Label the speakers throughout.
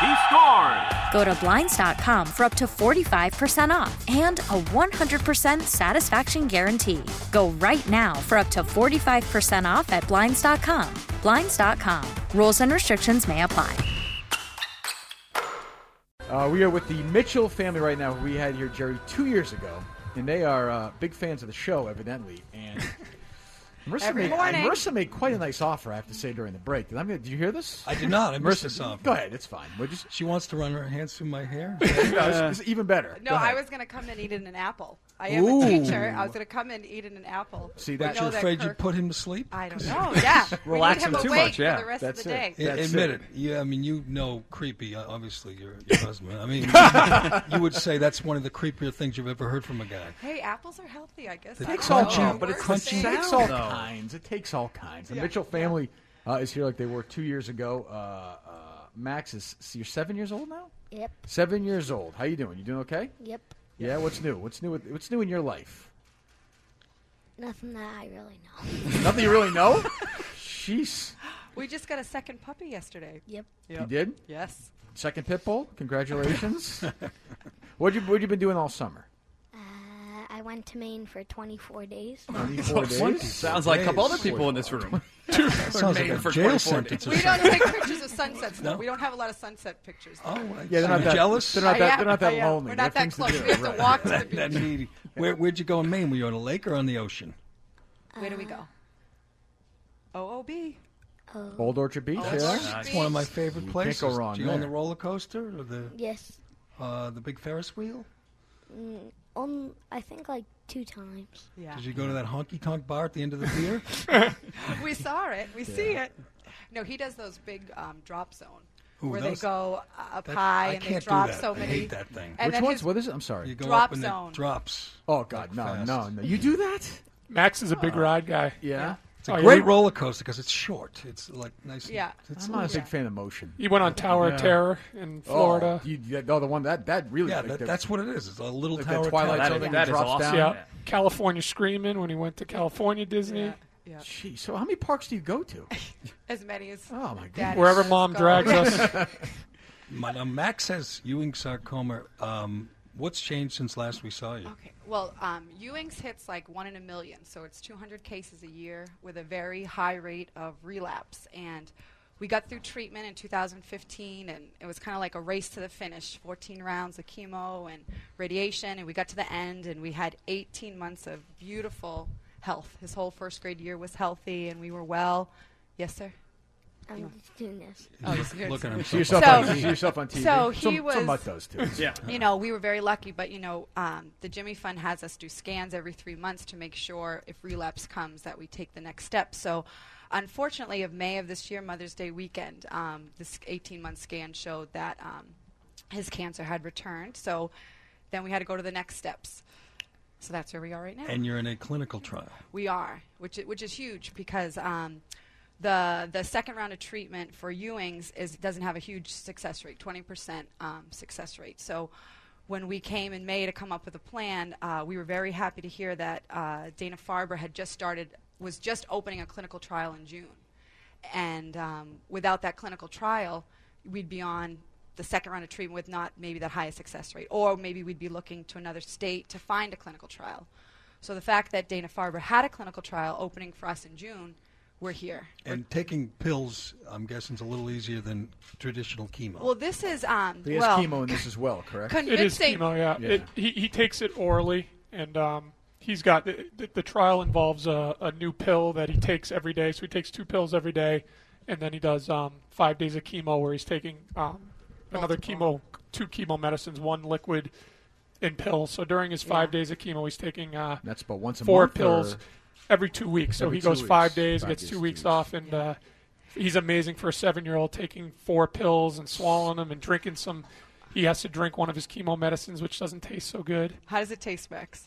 Speaker 1: He scores.
Speaker 2: Go to Blinds.com for up to 45% off and a 100% satisfaction guarantee. Go right now for up to 45% off at Blinds.com. Blinds.com. Rules and restrictions may apply.
Speaker 3: Uh, we are with the Mitchell family right now. who We had here Jerry two years ago, and they are uh, big fans of the show, evidently. And Marissa,
Speaker 4: Every
Speaker 3: made,
Speaker 4: morning.
Speaker 3: Marissa made quite a nice offer, I have to say, during the break. Did, I mean, did you hear this?
Speaker 5: I did not. I missed this
Speaker 3: Marissa,
Speaker 5: offer.
Speaker 3: go ahead. It's fine. We're just
Speaker 5: She wants to run her hands through my hair.
Speaker 3: no, this, this is even better.
Speaker 4: No,
Speaker 3: Go
Speaker 4: I
Speaker 3: ahead.
Speaker 4: was going to come and eat in an apple. I am
Speaker 3: Ooh.
Speaker 4: a teacher. I was going to come and eat in an apple.
Speaker 3: See,
Speaker 4: We
Speaker 3: that-
Speaker 4: know
Speaker 5: You're
Speaker 4: that
Speaker 5: afraid you'd
Speaker 4: Kirk-
Speaker 5: put him to sleep?
Speaker 4: I don't know. Yeah,
Speaker 6: Relax
Speaker 4: we need
Speaker 6: him
Speaker 4: him
Speaker 6: too
Speaker 4: awake
Speaker 6: much, yeah.
Speaker 4: For the rest
Speaker 3: That's
Speaker 4: of the
Speaker 3: it.
Speaker 4: day.
Speaker 3: Yeah.
Speaker 5: A-
Speaker 3: That's
Speaker 5: admit
Speaker 3: it.
Speaker 5: it. Yeah, I mean, you know creepy. uh, Obviously, your, your husband. I mean, you would say that's one of the creepier things you've ever heard from a guy.
Speaker 4: Hey, apples are healthy, I guess.
Speaker 5: The
Speaker 4: That's
Speaker 3: takes all
Speaker 4: the
Speaker 5: crunchy,
Speaker 3: kinds,
Speaker 4: worst
Speaker 3: but it
Speaker 5: crunchy
Speaker 4: thing.
Speaker 3: takes
Speaker 5: sound,
Speaker 3: all
Speaker 5: though.
Speaker 3: kinds. It takes all kinds. The
Speaker 4: Yeah,
Speaker 3: Mitchell
Speaker 4: yeah.
Speaker 3: family uh, is here like they were two years ago. Uh, uh, Max is so you're seven years old now.
Speaker 7: Yep.
Speaker 3: Seven years old. How you doing? You doing okay?
Speaker 7: Yep.
Speaker 3: Yeah. What's new? What's new? With, what's new in your life?
Speaker 7: Nothing that I really know.
Speaker 3: Nothing you really know. Jeez.
Speaker 4: We just got a second puppy yesterday.
Speaker 7: Yep.
Speaker 3: You did
Speaker 4: Yes.
Speaker 3: second pit bull. Congratulations. what you what you been doing all summer?
Speaker 7: Uh, I went to Maine for 24 days.
Speaker 3: Twenty four days.
Speaker 6: Sounds like a couple other
Speaker 5: Days.
Speaker 6: people in this room.
Speaker 5: Sounds like
Speaker 6: Maine
Speaker 5: a
Speaker 6: for
Speaker 5: jail
Speaker 6: 24
Speaker 5: sentence. or
Speaker 4: We don't
Speaker 5: something.
Speaker 4: take pictures of sunsets. though.
Speaker 5: No?
Speaker 4: We don't have a lot of sunset pictures. though.
Speaker 5: Oh, I-
Speaker 3: Yeah, they're
Speaker 5: so
Speaker 3: not
Speaker 5: you're
Speaker 3: that,
Speaker 5: jealous.
Speaker 3: They're not that,
Speaker 4: I
Speaker 3: they're not that
Speaker 4: I am.
Speaker 3: lonely.
Speaker 4: We're
Speaker 3: They
Speaker 4: not that
Speaker 3: have things
Speaker 4: close.
Speaker 3: to do,
Speaker 4: We have to
Speaker 3: right.
Speaker 4: walk to the beach.
Speaker 5: that needy. Where, where'd you go in Maine? Were you on a lake or on the ocean?
Speaker 4: Where do we go? OOB.
Speaker 3: Old Orchard Beach.
Speaker 4: Orchard
Speaker 3: yeah.
Speaker 5: It's one of my favorite
Speaker 3: You can't
Speaker 5: places.
Speaker 3: go wrong
Speaker 5: Do you own
Speaker 3: there.
Speaker 5: the roller coaster or the
Speaker 7: Yes.
Speaker 5: uh, the big Ferris wheel?
Speaker 7: Um, I think like two times.
Speaker 4: Yeah.
Speaker 5: Did you go to that honky tonk bar at the end of the pier?
Speaker 4: we saw it. We see it. No, he does those big um, drop zone
Speaker 5: Ooh,
Speaker 4: where
Speaker 5: those-
Speaker 4: they go uh, up
Speaker 5: That-
Speaker 4: high
Speaker 5: I
Speaker 4: and they
Speaker 5: can't do
Speaker 4: drop
Speaker 5: that.
Speaker 4: so
Speaker 5: I
Speaker 4: many.
Speaker 5: hate that thing.
Speaker 4: And
Speaker 3: Which
Speaker 4: then
Speaker 3: one's
Speaker 4: his-
Speaker 3: what is it? I'm sorry.
Speaker 5: you go
Speaker 4: Drop
Speaker 5: up and
Speaker 4: zone.
Speaker 5: it drops.
Speaker 3: Oh God, no,
Speaker 5: fast.
Speaker 3: no, no! You do that?
Speaker 8: Max is a big ride guy.
Speaker 3: Yeah.
Speaker 5: It's a
Speaker 8: Oh,
Speaker 5: great
Speaker 8: yeah.
Speaker 5: roller coaster because it's short. It's like nice. and-
Speaker 4: Yeah.
Speaker 5: It's
Speaker 3: I'm not a
Speaker 5: nice.
Speaker 3: big fan of motion.
Speaker 8: He went on Tower
Speaker 6: Yeah.
Speaker 8: of Terror in Florida.
Speaker 3: Oh, you, yeah, no, the one that that really.
Speaker 5: Yeah,
Speaker 3: like,
Speaker 5: that,
Speaker 3: the-
Speaker 5: that's what it is. It's a little
Speaker 3: like
Speaker 5: tower.
Speaker 3: the
Speaker 5: of
Speaker 3: Twilight
Speaker 5: Terror.
Speaker 6: That
Speaker 3: Zone
Speaker 6: is-
Speaker 3: thing
Speaker 6: that is
Speaker 3: drops
Speaker 6: awesome.
Speaker 3: down.
Speaker 8: yeah. California Screaming when he went to California Disney.
Speaker 4: Yeah, yeah.
Speaker 3: Gee, so how many parks do you go to?
Speaker 4: As many as.
Speaker 3: Oh, my
Speaker 4: Daddy
Speaker 8: Wherever
Speaker 4: Shrek's
Speaker 8: mom
Speaker 4: go.
Speaker 8: drags us.
Speaker 5: My- now, Max says Ewing sarcoma. Um, what's changed since last we saw you?
Speaker 4: Okay. Well, um, Ewing's hits like one in a million, so it's 200 cases a year with a very high rate of relapse. And we got through treatment in 2015, and it was kind of like a race to the finish 14 rounds of chemo and radiation. And we got to the end, and we had 18 months of beautiful health. His whole first grade year was healthy, and we were well. Yes, sir?
Speaker 7: I'm just doing this.
Speaker 4: Oh, yes, sir.
Speaker 5: Look at him.
Speaker 3: See yourself,
Speaker 4: So-
Speaker 3: on, you see yourself on TV.
Speaker 4: so he
Speaker 3: some, Some
Speaker 4: was-
Speaker 3: mutt does too.
Speaker 6: Yeah.
Speaker 4: you know, we were very lucky, but you know, um, the Jimmy Fund has us do scans every three months to make sure if relapse comes that we take the next step. So, unfortunately, of May of this year, Mother's Day weekend, um, this 18 month scan showed that um, his cancer had returned. So, then we had to go to the next steps. So that's where we are right now.
Speaker 5: And you're in a clinical trial.
Speaker 4: We are, which i- which is huge because um, the the second round of treatment for Ewing's is doesn't have a huge success rate, twenty percent um, success rate. So. When we came in May to come up with a plan, uh, we were very happy to hear that uh, Dana Farber had just started, was just opening a clinical trial in June. And um, without that clinical trial, we'd be on the second round of treatment with not maybe that high a success rate, or maybe we'd be looking to another state to find a clinical trial. So the fact that Dana Farber had a clinical trial opening for us in June, we're here.
Speaker 5: And taking pills, I'm guessing, is a little easier than traditional chemo.
Speaker 4: Well, this is um,
Speaker 3: He has
Speaker 4: well
Speaker 3: chemo in this as well, correct?
Speaker 4: convincing.
Speaker 8: It is chemo, yeah. It, he, he takes it orally, and um, he's got the, the, the trial involves a, a new pill that he takes every day. So he takes two pills every day, and then he does um, five days of chemo where he's taking um, another
Speaker 7: Uh,
Speaker 8: chemo,
Speaker 4: Multiple.
Speaker 8: two chemo medicines, one liquid and pill. So during his five days of chemo, he's taking uh,
Speaker 3: That's but once a
Speaker 8: four
Speaker 3: month,
Speaker 8: pills
Speaker 3: or-
Speaker 8: every two weeks. So
Speaker 3: Every
Speaker 8: he
Speaker 3: two
Speaker 8: goes
Speaker 3: weeks.
Speaker 8: five days,
Speaker 3: Five
Speaker 8: gets
Speaker 3: days,
Speaker 8: two
Speaker 3: two
Speaker 8: weeks
Speaker 3: weeks.
Speaker 8: off, and uh, he's amazing for a seven-year-old taking four pills and swallowing them and drinking some. He has to drink one of his chemo medicines, which doesn't taste so good.
Speaker 4: How does it taste, Max?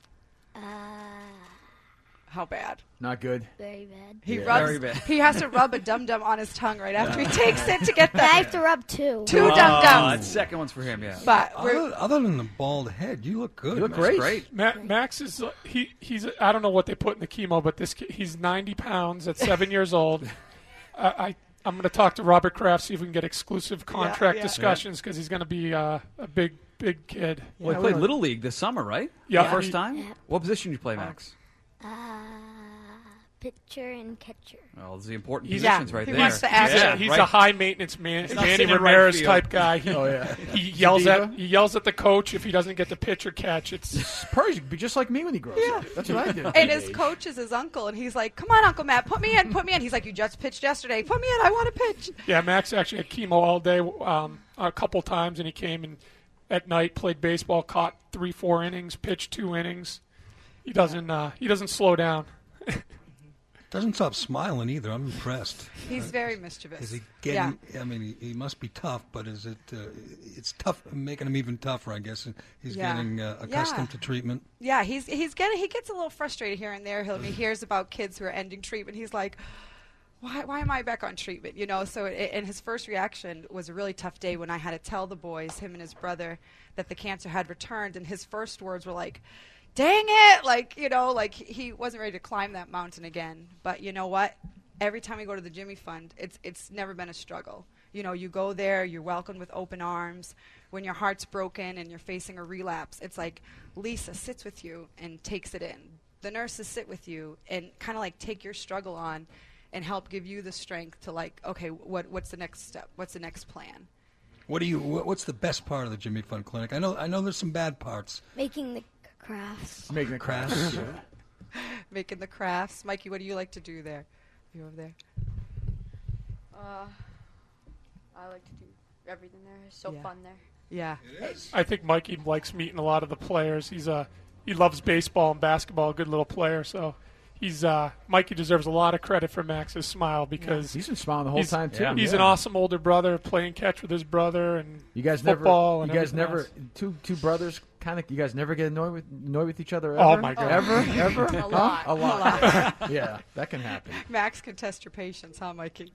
Speaker 4: How bad?
Speaker 3: Not good.
Speaker 7: Very bad.
Speaker 4: He
Speaker 3: Yeah.
Speaker 4: rubs.
Speaker 5: Very bad.
Speaker 4: He has to rub a dum dum on his tongue right after he takes it to get
Speaker 7: I
Speaker 4: the
Speaker 7: have to rub two.
Speaker 4: two
Speaker 6: Oh,
Speaker 4: dum
Speaker 6: that
Speaker 4: dums.
Speaker 6: second one's for him, yeah.
Speaker 4: But we're,
Speaker 5: Other, other than the bald head, you look good.
Speaker 3: You look
Speaker 5: man.
Speaker 3: great.
Speaker 6: Great.
Speaker 8: Ma- Max is uh, he he's I don't know what they put in the chemo, but this kid, he's 90 pounds at seven years old. I, I I'm going to talk to Robert Kraft see if we can get exclusive contract
Speaker 4: yeah.
Speaker 8: discussions because he's going to be uh, a big big kid.
Speaker 6: Well, you played Little League this summer, right?
Speaker 8: Yeah.
Speaker 6: First
Speaker 8: Yeah.
Speaker 6: time? What position did you play, Max?
Speaker 7: Pitcher Uh, and catcher.
Speaker 9: Oh.
Speaker 6: Well, those are the important
Speaker 8: He's-
Speaker 6: positions
Speaker 4: Yeah,
Speaker 6: right
Speaker 4: he
Speaker 6: there.
Speaker 4: wants to ask
Speaker 8: He's,
Speaker 4: Yeah,
Speaker 8: a, he's
Speaker 6: right.
Speaker 8: a high maintenance man,
Speaker 6: not
Speaker 8: Manny
Speaker 6: sitting in right
Speaker 8: Ramirez
Speaker 6: field.
Speaker 8: type guy. He,
Speaker 3: Oh yeah.
Speaker 8: he yells at
Speaker 3: Diva?
Speaker 8: he yells at the coach if he doesn't get the pitch or catch. It's
Speaker 3: Purge would be just like me when he grows up. That's what I did. at
Speaker 4: and
Speaker 3: that
Speaker 4: his
Speaker 3: age.
Speaker 4: coach is his uncle, and he's like, "Come on, Uncle Matt, put me in, put me in." He's like, "You just pitched yesterday. Put me in. I want to pitch."
Speaker 8: yeah. Max actually had chemo all day um, a couple times, and he came and at night played baseball, caught three four innings, pitched two innings. He doesn't uh, he doesn't slow down.
Speaker 5: Doesn't stop smiling either. I'm impressed.
Speaker 4: He's very mischievous.
Speaker 5: Uh, Is he getting? I mean, he, he must be tough, but is it? Uh, it's tough, making him even tougher. I guess he's
Speaker 4: Yeah.
Speaker 5: getting uh,
Speaker 4: Yeah.
Speaker 5: accustomed to treatment.
Speaker 4: Yeah, yeah. He's he's getting he gets a little frustrated here and there. He'll, he hears about kids who are ending treatment. He's like. Why, why am I back on treatment? You know, so it, and his first reaction was a really tough day when I had to tell the boys, him and his brother, that the cancer had returned, and his first words were like, "Dang it!" Like you know, like he wasn't ready to climb that mountain again. But you know what? Every time we go to the Jimmy Fund, it's it's never been a struggle. You know, you go there, you're welcomed with open arms. When your heart's broken and you're facing a relapse, it's like Lisa sits with you and takes it in. The nurses sit with you and kind of like take your struggle on and help give you the strength to like, okay, what what's the next step? What's the next plan?
Speaker 5: What do you? What, what's the best part of the Jimmy Fund Clinic? I know. I know. There's some bad parts.
Speaker 7: Making the c- crafts.
Speaker 3: making the crafts. yeah.
Speaker 4: Making the crafts. Mikey, what do you like to do there? You over there?
Speaker 10: I like to do everything there. It's so
Speaker 4: Yeah.
Speaker 10: fun there.
Speaker 4: Yeah.
Speaker 8: I think Mikey likes meeting a lot of the players. He's uh, he loves baseball and basketball. A good little player. So he's uh, Mikey deserves a lot of credit for Max's smile because
Speaker 3: He's been smiling the whole
Speaker 8: he's,
Speaker 3: time too.
Speaker 8: he's an
Speaker 3: yeah.
Speaker 8: awesome older brother playing catch with his brother and
Speaker 3: You guys
Speaker 8: football
Speaker 3: never.
Speaker 8: and
Speaker 3: You guys
Speaker 8: everything
Speaker 3: never.
Speaker 8: else.
Speaker 3: Two two brothers. Kind of. You guys never get annoyed with annoyed with each other. Ever?
Speaker 8: Oh, my God.
Speaker 3: Ever ever
Speaker 10: A
Speaker 3: Huh?
Speaker 10: lot.
Speaker 3: A lot. yeah, that can happen.
Speaker 4: Max can test your patience, huh, Mikey?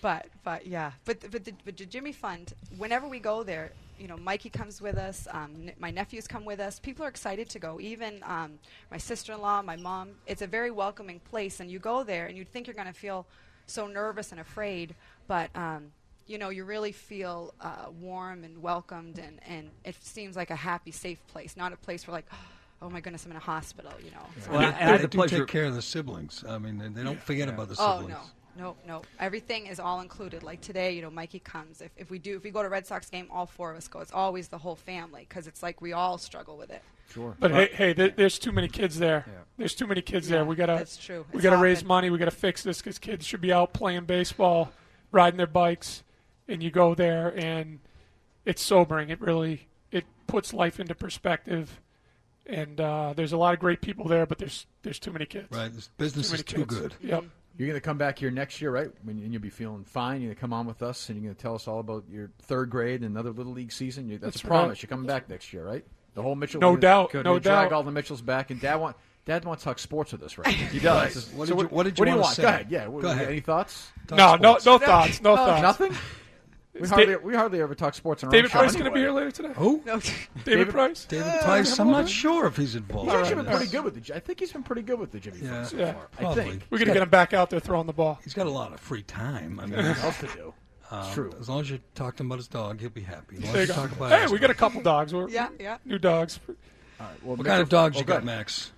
Speaker 4: But but yeah, but the- but the, but the Jimmy Fund. Whenever we go there, you know, Mikey comes with us. Um, n- my nephews come with us. People are excited to go. Even um, my sister-in-law, my mom. It's a very welcoming place, and you go there, and you think you're going to feel so nervous and afraid, but um, you know, you really feel uh, warm and welcomed, and and it seems like a happy, safe place, not a place where like. Oh my goodness! I'm in a hospital, you know. So-
Speaker 6: Well, I, I
Speaker 5: they
Speaker 6: had the
Speaker 5: do
Speaker 6: pleasure.
Speaker 5: take care of the siblings. I mean, they, they don't forget about the
Speaker 4: Oh
Speaker 5: siblings.
Speaker 4: no, no, no. Everything is all included. Like today, you know, Mikey comes. If, if we do, if we go to Red Sox game, all four of us go. It's always the whole family because it's like we all struggle with it.
Speaker 8: But hey, hey, there, there's too many kids there. There's too many kids there. We gotta,
Speaker 4: that's true.
Speaker 8: We
Speaker 4: It's
Speaker 8: gotta raise
Speaker 4: often-
Speaker 8: money. We gotta fix this because kids should be out playing baseball, riding their bikes, and you go there and it's sobering. It really it puts life into perspective. And uh, there's a lot of great people there, but there's there's too many kids.
Speaker 5: Right? This business
Speaker 8: Too many
Speaker 5: is too
Speaker 8: kids.
Speaker 5: good.
Speaker 8: Yep.
Speaker 3: You're going to come back here next year, right? When, and you'll be feeling fine. You're going to come on with us, and you're going to tell us all about your third grade and another little league season. You, that's,
Speaker 8: That's
Speaker 3: a promise.
Speaker 8: right.
Speaker 3: You're coming back next year, right? The whole Mitchell.
Speaker 8: No
Speaker 3: we're gonna-
Speaker 8: doubt,
Speaker 3: we're
Speaker 8: no
Speaker 3: gonna drag
Speaker 8: doubt.
Speaker 3: all the Mitchells back, and Dad want Dad wants to talk sports with us, right?
Speaker 6: He does.
Speaker 5: What
Speaker 3: So
Speaker 5: did you, what did you
Speaker 3: what do you
Speaker 5: wanna
Speaker 3: want?
Speaker 5: say?
Speaker 3: Go ahead. Yeah. what-
Speaker 5: Go ahead.
Speaker 3: Any thoughts?
Speaker 5: Talk
Speaker 8: No, no,
Speaker 5: sports.
Speaker 8: no thoughts.
Speaker 4: Oh,
Speaker 8: No thoughts.
Speaker 3: Nothing. We
Speaker 8: Da-
Speaker 3: hardly, we hardly ever talk sports in our own
Speaker 8: David
Speaker 3: show
Speaker 8: Price
Speaker 3: anyway.
Speaker 8: gonna be here later today.
Speaker 5: Who?
Speaker 4: No, Uh,
Speaker 8: David Price.
Speaker 5: David Price. I'm not sure if he's involved.
Speaker 3: He's actually
Speaker 5: in
Speaker 3: been
Speaker 5: this.
Speaker 3: pretty good with the. J- I think he's been pretty good with the Jimmy
Speaker 5: Yeah.
Speaker 3: Fund so
Speaker 8: Yeah.
Speaker 3: far. I
Speaker 5: Probably.
Speaker 3: think.
Speaker 8: We're gonna get him back out there throwing the ball.
Speaker 5: He's got a lot of free time. I mean, um,
Speaker 3: What else to do? It's true.
Speaker 5: as long as you talk to him about his dog, he'll be happy. As long
Speaker 8: There
Speaker 5: as
Speaker 8: you
Speaker 5: you
Speaker 8: go.
Speaker 5: talk about
Speaker 8: Hey,
Speaker 5: his
Speaker 8: we
Speaker 5: dog.
Speaker 8: got a couple dogs. We're,
Speaker 4: Yeah, yeah.
Speaker 8: New dogs.
Speaker 3: Well, Oh,
Speaker 5: What kind of dogs you got, Max?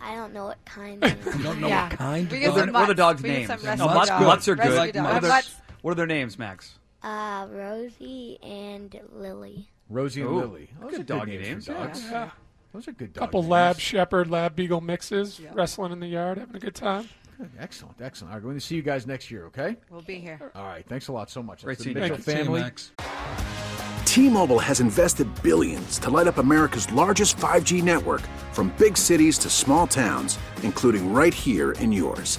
Speaker 7: I don't know what kind. Of
Speaker 5: You don't know
Speaker 4: Yeah.
Speaker 5: what kind
Speaker 4: We
Speaker 5: of
Speaker 4: get
Speaker 5: dog?
Speaker 6: What
Speaker 4: some
Speaker 6: are, what are the
Speaker 4: mutts.
Speaker 6: dogs'
Speaker 4: We
Speaker 6: names?
Speaker 4: need some
Speaker 6: no,
Speaker 4: rescue
Speaker 6: mutts,
Speaker 4: dogs.
Speaker 6: mutts are good.
Speaker 4: Rescue
Speaker 6: Like,
Speaker 4: dogs.
Speaker 6: what, are their,
Speaker 4: Mutts.
Speaker 6: what are their names, Max?
Speaker 7: uh, Rosie and Lily.
Speaker 3: Rosie and
Speaker 6: Ooh,
Speaker 3: Lily. Those
Speaker 6: good
Speaker 3: are good
Speaker 6: doggy
Speaker 3: names.
Speaker 6: names,
Speaker 3: For
Speaker 6: yeah.
Speaker 3: dogs.
Speaker 8: Yeah.
Speaker 3: Those are good. Dog
Speaker 8: Couple
Speaker 3: names.
Speaker 8: lab shepherd, lab beagle mixes,
Speaker 4: Yep.
Speaker 8: wrestling in the yard, having a good time.
Speaker 3: Excellent, excellent. All right, we're going to see you guys next year. Okay.
Speaker 4: We'll be here.
Speaker 3: All right. Thanks a lot so much.
Speaker 6: Great
Speaker 3: That's the
Speaker 6: seeing you.
Speaker 3: Mitchell
Speaker 6: Thank
Speaker 5: See you,
Speaker 3: family.
Speaker 5: Max.
Speaker 8: T-Mobile has invested billions to light up America's largest 5G network from big cities to small towns, including right here in yours.